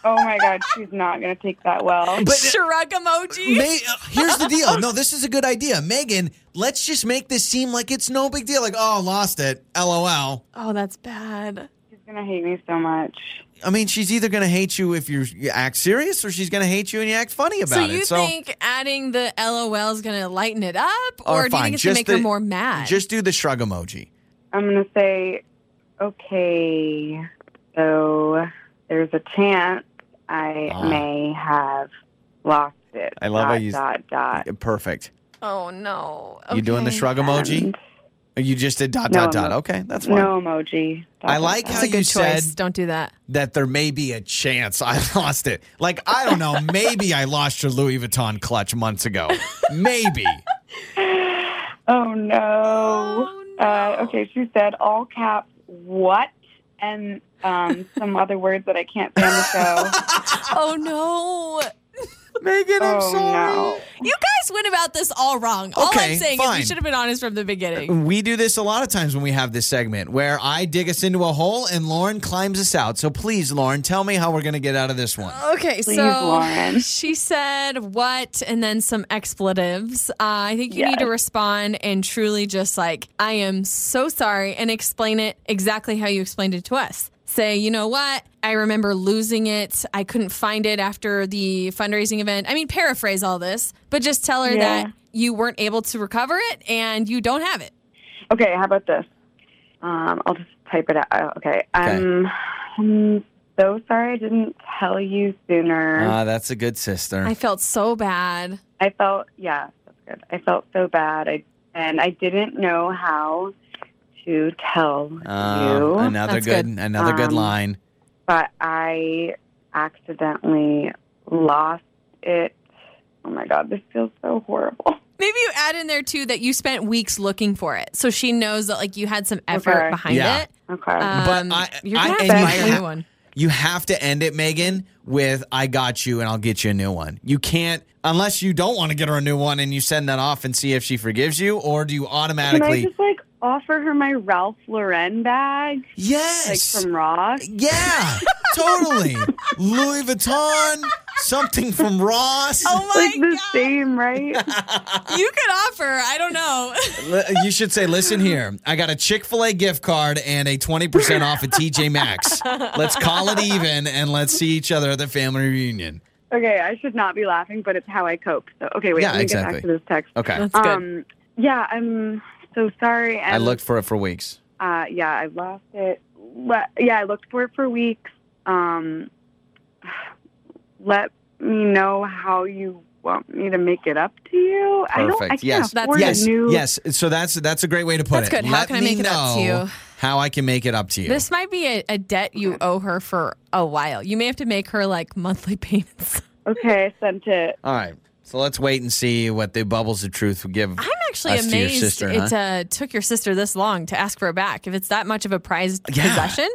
Oh my god, she's not gonna take that well. But- Shrug emoji. May, uh, here's the deal. No, this is a good idea. Megan, let's just make this seem like it's no big deal. Like, oh, lost it. LOL. oh, that's bad. She's gonna hate me so much. I mean, she's either going to hate you if you you act serious or she's going to hate you and you act funny about So you it. So think adding the LOL is going to lighten it up, Or or, do you fine, think it's just going to make her the- more mad? just do the shrug emoji. I'm gonna say, okay, so there's a chance I Ah. may have lost it. I love how dot, you- dot dot. Perfect. oh no! You doing the Okay. shrug emoji? And Or you just did dot, Um, No, dot, dot. no. Okay, that's fine. no emoji. Dot, I dot, like dot. how That's a you good said choice. Don't do that. that there may be a chance I lost it. Like, I don't know. Maybe I lost your Louis Vuitton clutch months ago. Maybe. Oh no. Oh, Uh, okay, she said all caps. What? And um, some other words that I can't say on the show. Oh no! Megan, I'm oh sorry. no. You guys went about this all wrong. all Okay, I'm saying is fine. you should have been honest from the beginning. We do this a lot of times when we have this segment where I dig us into a hole and Lauren climbs us out. So please, Lauren, tell me how we're going to get out of this one. Okay, Please, so Lauren. she said what, and then some expletives. Uh, I think you need to respond and truly just like, I am so sorry, and explain it exactly how you explained it to us. Say, you know what? I remember losing it. I couldn't find it after the fundraising event. I mean, paraphrase all this, but just tell her Yeah. that you weren't able to recover it and you don't have it. Okay, how about this? Um, I'll just type it out. Oh, Okay. Um, I'm so sorry I didn't tell you sooner. Ah, that's a good sister. I felt so bad. I felt, yeah, that's good. I felt so bad. I and I didn't know how to tell Ah, you. another That's good, another good Um, line. but I accidentally lost it. Oh my god, this feels so horrible. Maybe you add in there too that you spent weeks looking for it, so she knows that like you had some effort Okay. behind Yeah. it. Okay. But Um, I- you're I- and gonna have to you buy a ha- new one. You have to end it, Megan, with "I got you" and I'll get you a new one. You can't unless you don't want to get her a new one and you send that off and see if she forgives you, or do you Can I automatically? just like offer her my Ralph Lauren bag, like yes, from Ross? yeah, totally. Louis Vuitton, something from Ross. Oh Like my the same, right? god! You could offer. I don't know. L- You should say, listen here, I got a Chick fil A gift card and a 20% off at TJ Maxx. Let's call it even and let's see each other at the family reunion. okay, I should not be laughing, but it's how I cope. So okay, wait, Yeah, let me exactly. get back to this text. Okay. That's good. Um, yeah, I'm so sorry. And, I looked for it for weeks. Uh, yeah, I lost it. Let, yeah, I looked for it for weeks. Um, let me know how you want me to make it up to you. I don't. I Perfect. can't Yes. afford a yes. new. Yes. So that's that's a great way to put That's it. good. How Let can I me make it up to know you? How I can make it up to you. this might be a, a debt you owe her for a while. You may have to make her like monthly payments. Okay, I sent it. All right. So let's wait and see what the bubbles of truth would give. I'm actually Us to your amazed sister, it huh? uh, took your sister this long to ask for it back. If it's that much of a prized Yeah. possession,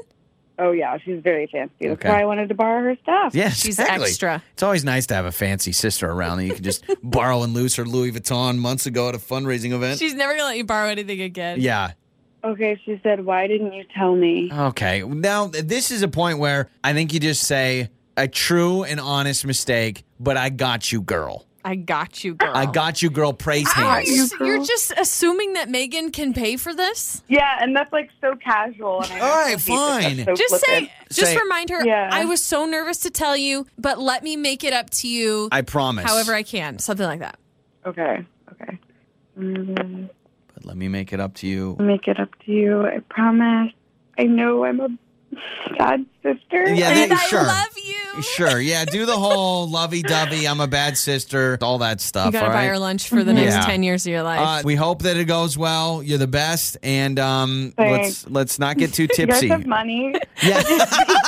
Oh yeah, she's very fancy. That's Okay. why I wanted to borrow her stuff. yeah, she's exactly. extra. It's always nice to have a fancy sister around that you can just borrow and lose her Louis Vuitton months ago at a fundraising event. she's never gonna let you borrow anything again. yeah. Okay, she said, "Why didn't you tell me?" Okay. Now, this is a point where I think you just say a true and honest mistake, but I got you, girl. I got you, girl. I got you, girl. Praise Oh. Are hands. you, you're just assuming that Megan can pay for this. Yeah, and that's like so casual. And I All right, actually hate that. fine. That's so Just flippant. say, just Say- remind her. Yeah. I was so nervous to tell you, but let me make it up to you. I promise. however I can, something like that. Okay, okay. Mm, But let me make it up to you. I'll make it up to you. I promise. I know I'm a God's sister. Yeah, And they- I sure. love you. Sure, yeah. Do the whole lovey dovey, I'm a bad sister, all that stuff. You got to all buy right? her lunch for the next Mm-hmm. Yeah. 10 years of your life. Uh, we hope that it goes well. You're the best, and um, Thanks. let's let's not get too You guys tipsy. have money. Yeah.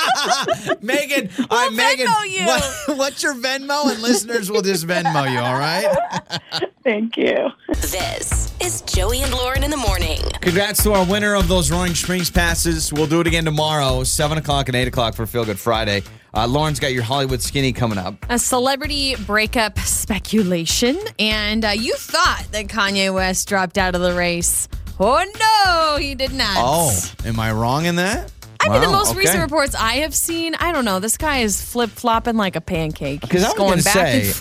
Megan, all right, Megan, Venmo you. what- what's your Venmo? And listeners will just Venmo you. All right. Thank you. This is Joey and Lauren in the morning. Congrats to our winner of those Roaring Springs passes. We'll do it again tomorrow, seven o'clock and eight o'clock for Feel Good Friday. Uh, Lauren's got your Hollywood skinny coming up. a celebrity breakup speculation, and uh, you thought that Kanye West dropped out of the race. Oh no, he did not. am I wrong in that? I mean, the Oh, Wow, most okay. recent reports I have seen, I don't know. This guy is flip flopping like a pancake. 'Cause I He's was going gonna back and say-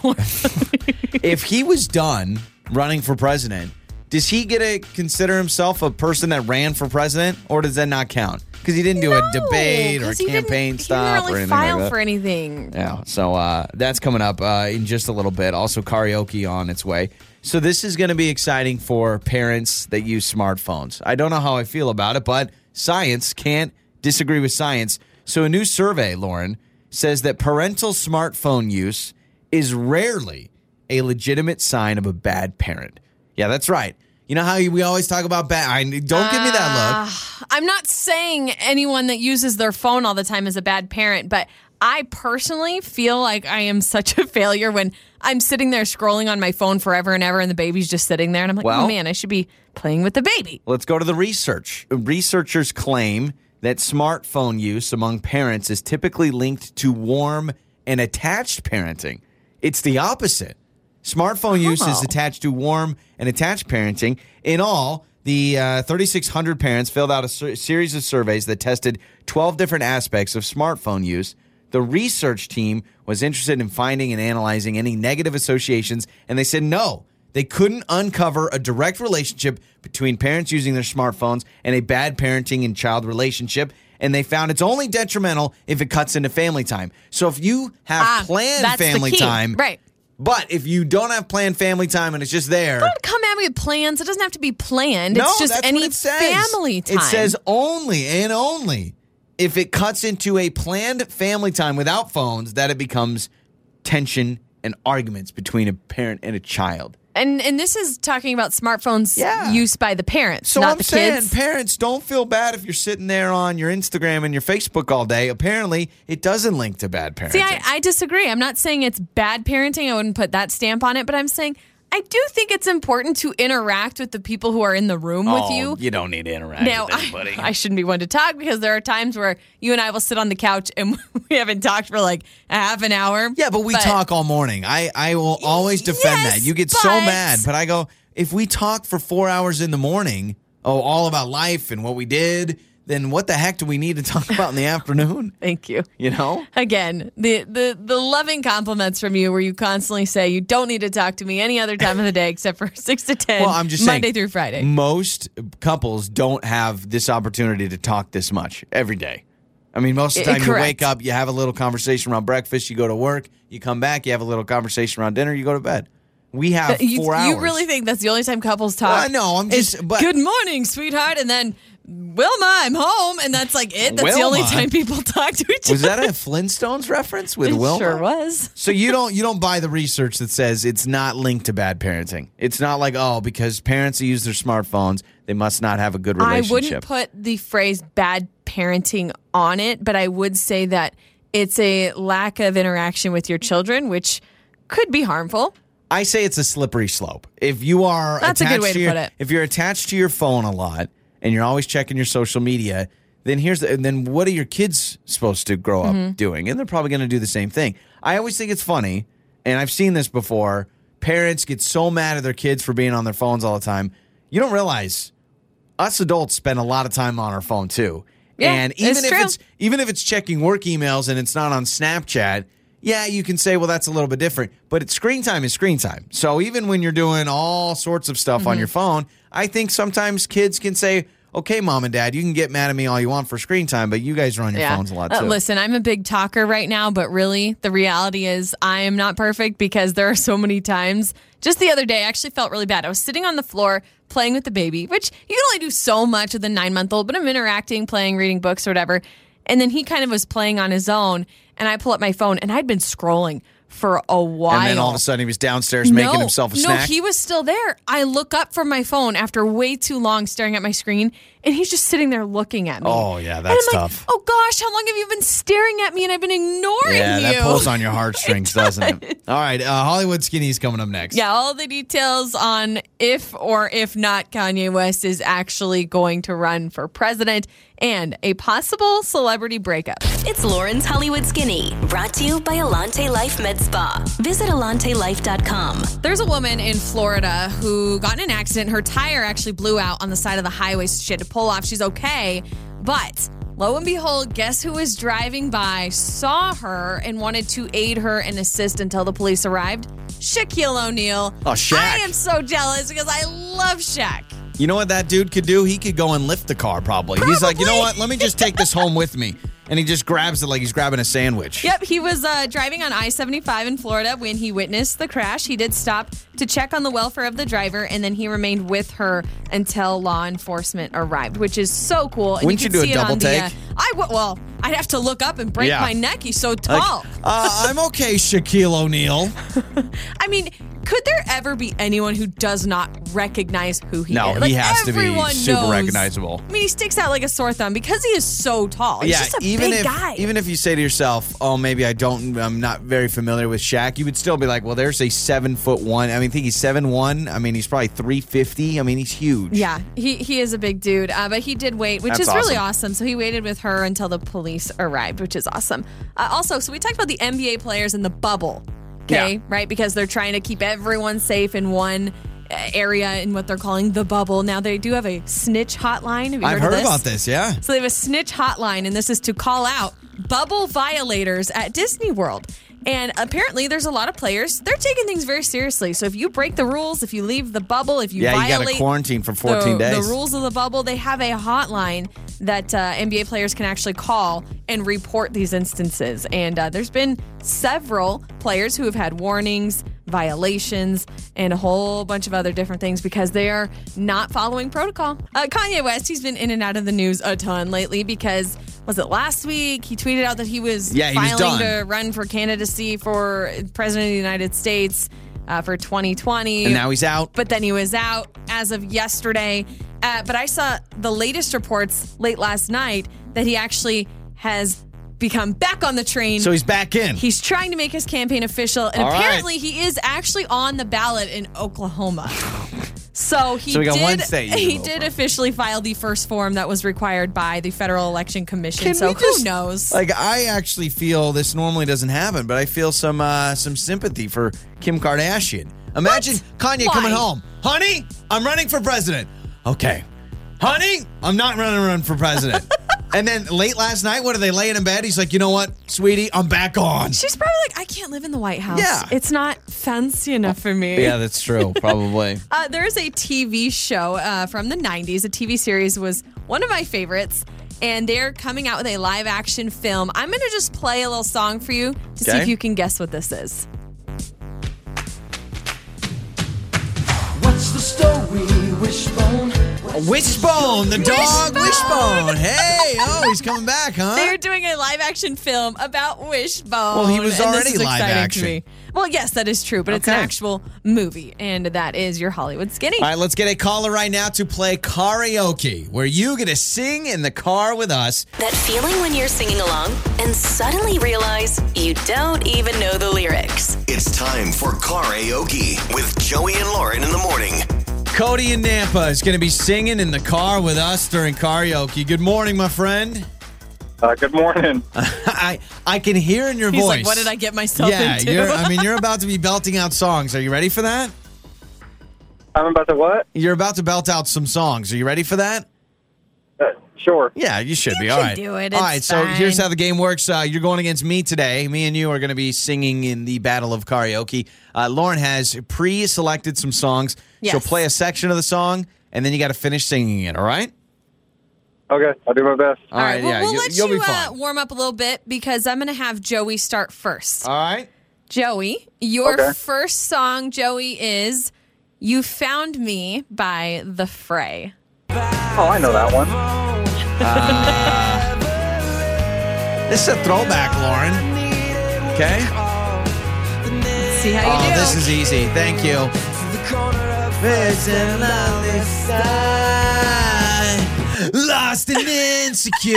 forth. if he was done running for president, does he get to consider himself a person that ran for president, or does that not count? Because he didn't do a debate or 'Cause he didn't- campaign He stop or didn't really anything file like that. for anything. yeah, so uh, that's coming up uh, in just a little bit. Also, karaoke on its way. So this is going to be exciting for parents that use smartphones. I don't know how I feel about it, but science can't disagree with science. So a new survey, Lauren, says that parental smartphone use is rarely a legitimate sign of a bad parent. Yeah, that's right. You know how we always talk about bad. I, don't give me that look. I'm not saying anyone that uses their phone all the time is a bad parent, but I personally feel like I am such a failure when I'm sitting there scrolling on my phone forever and ever and the baby's just sitting there and I'm like, Well- oh man, I should be playing with the baby. Let's go to the research. Researchers claim that smartphone use among parents is typically linked to warm and attached parenting. It's the opposite. Smartphone use Oh. is attached to warm and attached parenting. In all, the uh, 3,600 parents filled out a ser- series of surveys that tested 12 different aspects of smartphone use. The research team was interested in finding and analyzing any negative associations, and they said no. They couldn't uncover a direct relationship between parents using their smartphones and a bad parenting and child relationship. And they found it's only detrimental if it cuts into family time. So if you have Ah, planned that's the family key. time, Right. But if you don't have planned family time and it's just there, Come at me with plans. It doesn't have to be planned. no, it's just that's any what it says. family time. It says only and only if it cuts into a planned family time without phones that it becomes tension and arguments between a parent and a child. and and this is talking about smartphones Yeah. use by the parents, So not I'm the saying, kids. parents, don't feel bad if you're sitting there on your Instagram and your Facebook all day. Apparently, it doesn't link to bad parenting. See, I, I disagree. I'm not saying it's bad parenting. I wouldn't put that stamp on it, but I'm saying I do think it's important to interact with the people who are in the room Oh, with you. you don't need to interact Now, with I, anybody. I shouldn't be one to talk because there are times where you and I will sit on the couch and we haven't talked for like a half an hour. yeah, but we talk all morning. I, I will always defend Yes, that. You get so but- mad, but I go, if we talk for four hours in the morning, oh, all about life and what we did, then what the heck do we need to talk about in the afternoon? Thank you. You know? Again, the, the the loving compliments from you where you constantly say you don't need to talk to me any other time of the day except for 6 to 10 Well, I'm just saying, Monday through Friday. Most couples don't have this opportunity to talk this much every day. I mean, most of the I- time you Eh, correct. wake up, you have a little conversation around breakfast, you go to work, you come back, you have a little conversation around dinner, you go to bed. We have Uh, you, four hours. you really think that's the only time couples talk? Well, I know, I'm is, just- but- good morning, sweetheart, and then Wilma, I'm home, and that's like it. That's the only Wilma? time people talk to each other. was that a Flintstones reference with It Wilma? Sure was. So you don't you don't buy the research that says it's not linked to bad parenting. It's not like oh because parents who use their smartphones they must not have a good I relationship. wouldn't put the phrase bad parenting on it, but I would say that it's a lack of interaction with your children, which could be harmful. I say it's a slippery slope. If you are That's a good attached way to your- put it. If you're attached to your phone a lot and you're always checking your social media, then here's the, and then what are your kids supposed to grow up Mm-hmm. doing? And they're probably going to do the same thing. I always think it's funny, and I've seen this before. Parents get so mad at their kids for being on their phones all the time. You don't realize us adults spend a lot of time on our phone too. Yeah, and even it's if true. it's even if it's checking work emails and it's not on Snapchat, yeah, you can say, well, that's a little bit different. But it's screen time is screen time. So even when you're doing all sorts of stuff Mm-hmm. on your phone, I think sometimes kids can say, okay, mom and dad, you can get mad at me all you want for screen time, but you guys are on your phones a lot too. Uh, listen, I'm a big talker right now, but really, the reality is I am not perfect because there are so many times. Just the other day, I actually felt really bad. I was sitting on the floor playing with the baby, which you can only do so much with a nine month old, but I'm interacting, playing, reading books, or whatever. And then he kind of was playing on his own. And I pull up my phone and I'd been scrolling for a while. And then all of a sudden he was downstairs making himself a no, snack. he was still there. I look up from my phone after way too long staring at my screen, and he's just sitting there looking at me. Oh, yeah, And that's I'm like, tough. oh gosh, how long have you been staring at me? And I've been ignoring yeah, you. that pulls on your heartstrings, doesn't it? All right, uh, Hollywood Skinny's coming up next. yeah, all the details on if or if not Kanye West is actually going to run for president and a possible celebrity breakup. It's Lauren's Hollywood Skinny, brought to you by Alante Life Med Spa. Visit AlanteLife.com. There's a woman in Florida who got in an accident. Her tire actually blew out on the side of the highway, so she had to pull off. She's okay. But lo and behold, guess who was driving by, saw her, and wanted to aid her and assist until the police arrived? Shaquille O'Neal. Oh, Shaq. I am so jealous because I love Shaq. You know what that dude could do? He could go and lift the car probably. He's like, you know what? Let me just take this home with me. And he just grabs it like he's grabbing a sandwich. Yep, he was uh, driving on I 75 in Florida when he witnessed the crash. He did stop to check on the welfare of the driver, and then he remained with her until law enforcement arrived, which is so cool. And Wouldn't you can do a see it double on take? The, uh, I w- well, I'd have to look up and break Yeah. my neck. He's so Like, tall. uh, I'm okay, Shaquille O'Neal. I mean, could there ever be anyone who does not recognize who he No, is? he has to be everyone super knows. recognizable. I mean, he sticks out like a sore thumb because he is so tall. He's just a even big if guy. even if you say to yourself, "Oh, maybe I don't, I'm not very familiar with Shaq," you would still be like, "Well, there's a seven foot one. I mean, I think he's seven one. I mean, he's probably three fifty. I mean, he's huge. Yeah, he, he is a big dude, uh, but he did wait, which That's is really awesome. So he waited with her until the police arrived, which is awesome. Uh, also, so we talked about the NBA players in the bubble, okay, Yeah. right? Because they're trying to keep everyone safe in one uh, area in what they're calling the bubble. Now they do have a snitch hotline. Have you I've heard, heard of this? about this. Yeah, So they have a snitch hotline, and this is to call out bubble violators at Disney World. And apparently, there's a lot of players. They're taking things very seriously. So if you break the rules, if you leave the bubble, if you yeah, you got violate to quarantine for fourteen the, days. The rules of the bubble, they have a hotline that uh, NBA players can actually call and report these instances. And uh, there's been several players who have had warnings, violations, and a whole bunch of other different things because they are not following protocol. Uh, Kanye West, he's been in and out of the news a ton lately because. Was it last week? He tweeted out that he was Yeah, he was filing done. to run for candidacy for president of the United States uh, for 2020 and now he's out. but then he was out as of yesterday. Uh, but I saw the latest reports late last night that he actually has become back on the train. so he's back in. He's trying to make his campaign official, and All right. apparently he is actually on the ballot in Oklahoma. So he So we got did. one state you he vote did for. officially file the first form that was required by the Federal Election Commission. Can so we who just- knows? Like I actually feel this normally doesn't happen, but I feel some uh, some sympathy for Kim Kardashian. Imagine Kanye Why? coming home, honey, I'm running for president. Okay, honey, I'm not running run for president. and then late last night, what are they laying in bed? He's like, you know what, sweetie, I'm back on. She's probably like, I can't live in the White House. Yeah. it's not fancy enough for me. Yeah, that's true. Probably. Uh, there is a TV show uh, from the 90s. A TV series was one of my favorites, and they're coming out with a live action film. I'm going to just play a little song for you to see Okay. if you can guess what this is. What's the story, Wishbone? Wishbone, the dog Wishbone! Wishbone. Hey, oh, he's coming back, huh? They're doing a live action film about Wishbone. Well, he was and this already is live exciting to action. me. Well, yes, that is true, but it's an Okay. actual movie, and that is your Hollywood Skinny. All right, let's get a caller right now to play karaoke, where you get to sing in the car with us. That feeling when you're singing along and suddenly realize you don't even know the lyrics. It's time for karaoke with Joey and Lauren in the morning. Cody and Nampa is going to be singing in the car with us during karaoke. Good morning, my friend. Uh, good morning. I I can hear in your He's voice. like, what did I get myself Yeah, into? you're, I mean, you're about to be belting out songs. Are you ready for that? I'm about to what? You're about to belt out some songs. Are you ready for that? Uh, sure. Yeah, you should You be. All can right. do it. All It's right. So here's fine. how the game works. Uh, you're going against me today. Me and you are going to be singing in the battle of karaoke. Uh, Lauren has pre-selected some songs. She'll Yes. play a section of the song, and then you got to finish singing it. All right. Okay, I'll do my best. All right. well, yeah. we'll you, let will you be uh, fine. warm up a little bit because I'm going to have Joey start first. All right. Joey, your Okay. first song, Joey, is You Found Me by The Fray. Oh, I know that one. This is a throwback, Lauren. Okay? See how you Oh, do. this is easy. Thank you. Lost and insecure.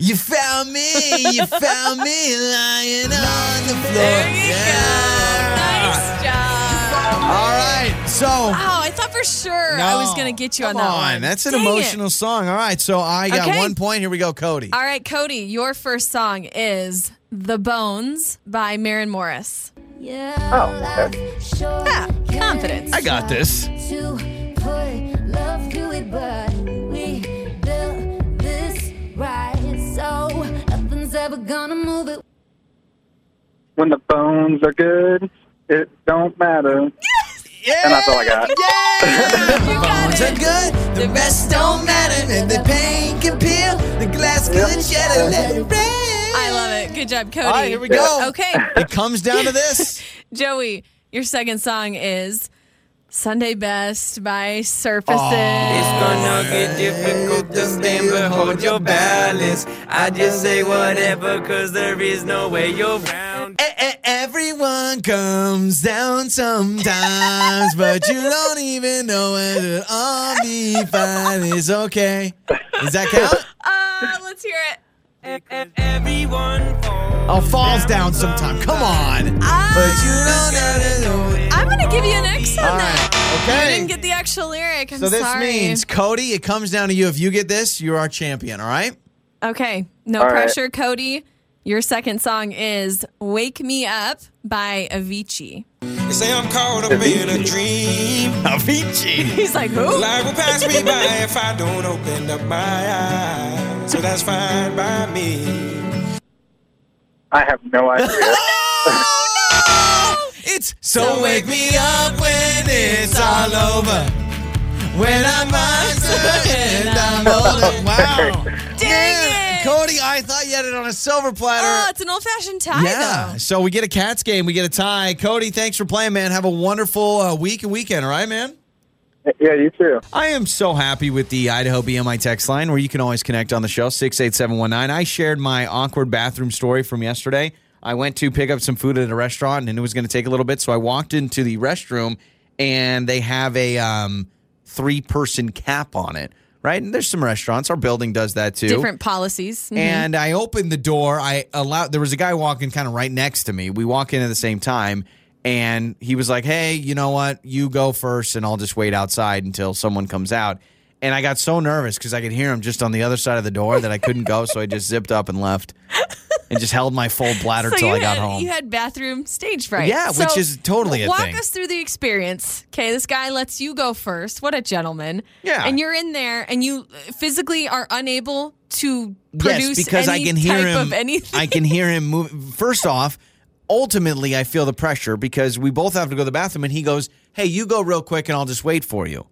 You found me. You found me lying on the floor. There you go. Yeah. Nice job. All right. So. Oh, I thought for sure I was going to get you on Come that one. That's an Dang it. emotional song. All right. So I got Okay. one point. Here we go, Cody. All right, Cody, your first song is The Bones by Maren Morris. Oh, okay. Yeah, confidence. I got this. To put love to it, but we built this right, so nothing's ever gonna move it. When the bones are good, it don't matter. Yeah. And that's all I got. The bones are good. The rest don't matter. And the pain can peel. The glass couldn't shatter. Let it rain. I love it. Good job, Cody. All right, here we go. Okay, It comes down to this. Joey, your second song is Sunday Best by Surfaces. gonna get difficult to stand, but hold your balance. I just say whatever, cause there is no way you're round. E- e- Everyone comes down sometimes, but you don't even know whether I'll be fine. It's okay. Does that count? Uh, let's hear it. Everyone falls. Oh, falls down sometime. Come on. But you don't ever know. I'm going to give you an X on All that. right. I Okay. didn't get the actual lyric. I'm so this sorry. means Cody, it comes down to you. If you get this, you're our champion. All right. Okay, no All right. pressure, Cody. Your second song is Wake Me Up by Avicii. They say I'm caught up in a dream. Avicii. He's like, who? Life will pass me by if I don't open up my eyes. So that's fine by me. I have no idea. Oh no! It's so wake me up when it's all over. When I'm monster and I'm older. Wow. Dang it. Cody, I thought you had it on a silver Oh, platter. it's an old fashioned tie, yeah. though. So we get a Cats game. We get a tie. Cody, thanks for playing, man. Have a wonderful uh, week and weekend, all right, man? yeah, you too. I am so happy with the Idaho BMI text line where you can always connect on the show 68719. I shared my awkward bathroom story from yesterday. I went to pick up some food at a restaurant and it was going to take a little bit, so I walked into the restroom and they have a um, three person cap on it, right? And there's some restaurants, our building does that too. Different policies. Mhm. And I opened the door. I allowed, there was a guy walking kind of right next to me. We walk in at the same time. And he was like, hey, you know what? You go first, and I'll just wait outside until someone comes out. And I got so nervous because I could hear him just on the other side of the door that I couldn't go. So I just zipped up and left and just held my full bladder So till you I got had, home. You had bathroom stage fright. Yeah, So which is totally a walk thing. us through the experience. Okay, this guy lets you go first. What a gentleman. Yeah. And you're in there and you physically are unable to yes, produce because any I can hear type him. of anything. I can hear him move. First off, ultimately, I feel the pressure because we both have to go to the bathroom, and he goes, "Hey, you go real quick, and I'll just wait for you."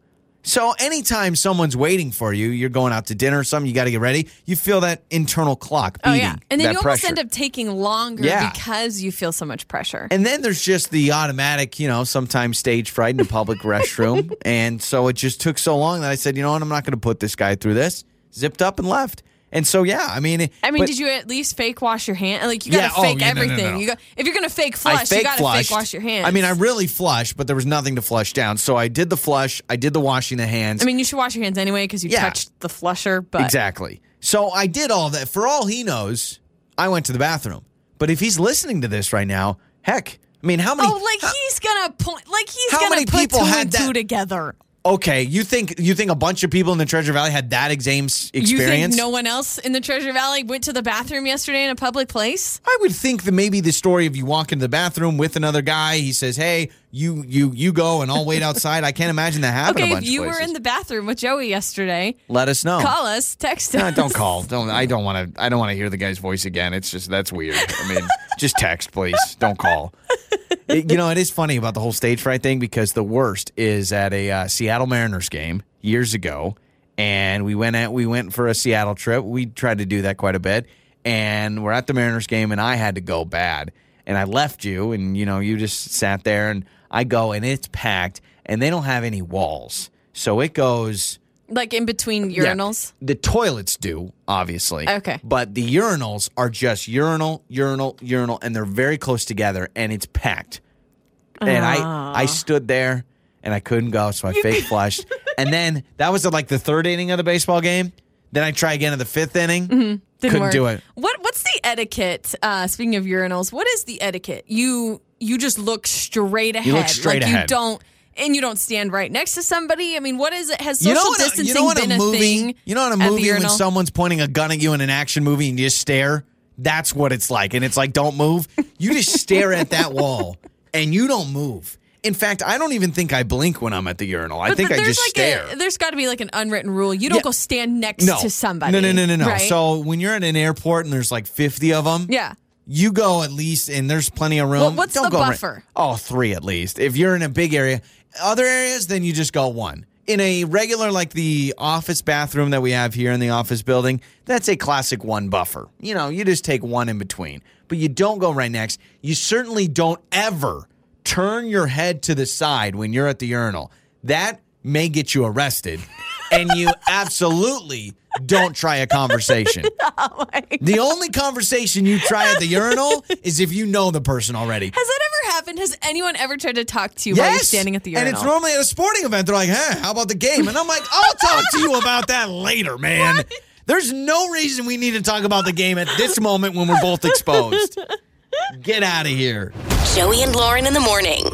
So anytime someone's waiting for you, you're going out to dinner or something, you got to get ready. You feel that internal clock Oh beating. yeah, and then that you almost pressure. end up taking longer Yeah. because you feel so much pressure. And then there's just the automatic, you know, sometimes stage fright in a public restroom. And so it just took so long that I said, you know what, I'm not going to put this guy through this. Zipped up and left. And so, yeah, I mean, I mean, but- did you at least fake wash your hand? Like you gotta Yeah, oh, fake yeah, no, no, everything. no. You go, if you're gonna fake flush, you gotta flushed. fake wash your hands. I mean, I really flushed, but there was nothing to flush down. So I did the flush. I did the washing the hands. I mean, you should wash your hands anyway because you Yeah. touched the flusher. But exactly. So I did all that. For all he knows, I went to the bathroom. But if he's listening to this right now, heck, I mean, how many? oh, like he's gonna point, like he's How gonna many put people two had and that- two together. okay, you think you think a bunch of people in the Treasure Valley had that exam s- You experience? think no one else in the Treasure Valley went to the bathroom yesterday in a public place? I would think that maybe the story of you walk into the bathroom with another guy. He says, "Hey, you you you go, and I'll wait outside." I can't imagine that happened. Okay, a if bunch you of were places. in the bathroom with Joey yesterday, let us know. call us, text us. No, don't call. Don't. I don't want to. I don't want to hear the guy's voice again. It's just that's weird. I mean, just text, please. Don't call. It- you know, it is funny about the whole stage fright thing because the worst is at a uh, Seattle Mariners game years ago, and we went at we went for a Seattle trip. We tried to do that quite a bit, and we're at the Mariners game, and I had to go bad, and I left you, and you know, you just sat there, and I go, and it's packed, and they don't have any walls, so it goes like in between Yeah. urinals. The toilets do, obviously. Okay. But the urinals are just urinal, urinal, urinal, and they're very close together and it's packed. And I I stood there and I couldn't go, so I fake flushed. and then that was like the third inning of the baseball game. Then I try again in the fifth inning. Didn't couldn't work. do it. What what's the etiquette? Uh, speaking of urinals, what is the etiquette? You you just look straight ahead. look straight like You ahead. don't and you don't stand right next to somebody. I mean, what is it? Has You social know, in a- distancing you know in been a a movie, thing? you know in a at the movie when urinal? someone's pointing a gun at you in an action movie and you just stare? That's what it's like. And it's like, don't move. You just stare at that wall and you don't move. In fact, I don't even think I blink when I'm at the urinal. I But think I there's just like stare. A, there's got to be like an unwritten rule. You don't Yeah. go stand next no. to somebody. No, no, no, no, no. Right? So when you're at an airport and there's like 50 of them, yeah. you go at least, and there's plenty of room. Well, what's Don't the go right- buffer? oh, three at least. If you're in a big area, other areas, then you just go one. In a regular, like the office bathroom that we have here in the office building, that's a classic one buffer. You know, you just take one in between, but you don't go right next. You certainly don't ever turn your head to the side when you're at the urinal. That may get you arrested, and you absolutely don't try a conversation. The only conversation you try at the urinal is if you know the person already. Has that ever happened? Has anyone ever tried to talk to you while you're standing at the urinal? and it's normally at a sporting event. They're like, "Hey, how about the game?" And I'm like, "I'll talk to you about that later, man." There's no reason we need to talk about the game at this moment when we're both exposed. Get out of here. Joey and Lauren in the morning.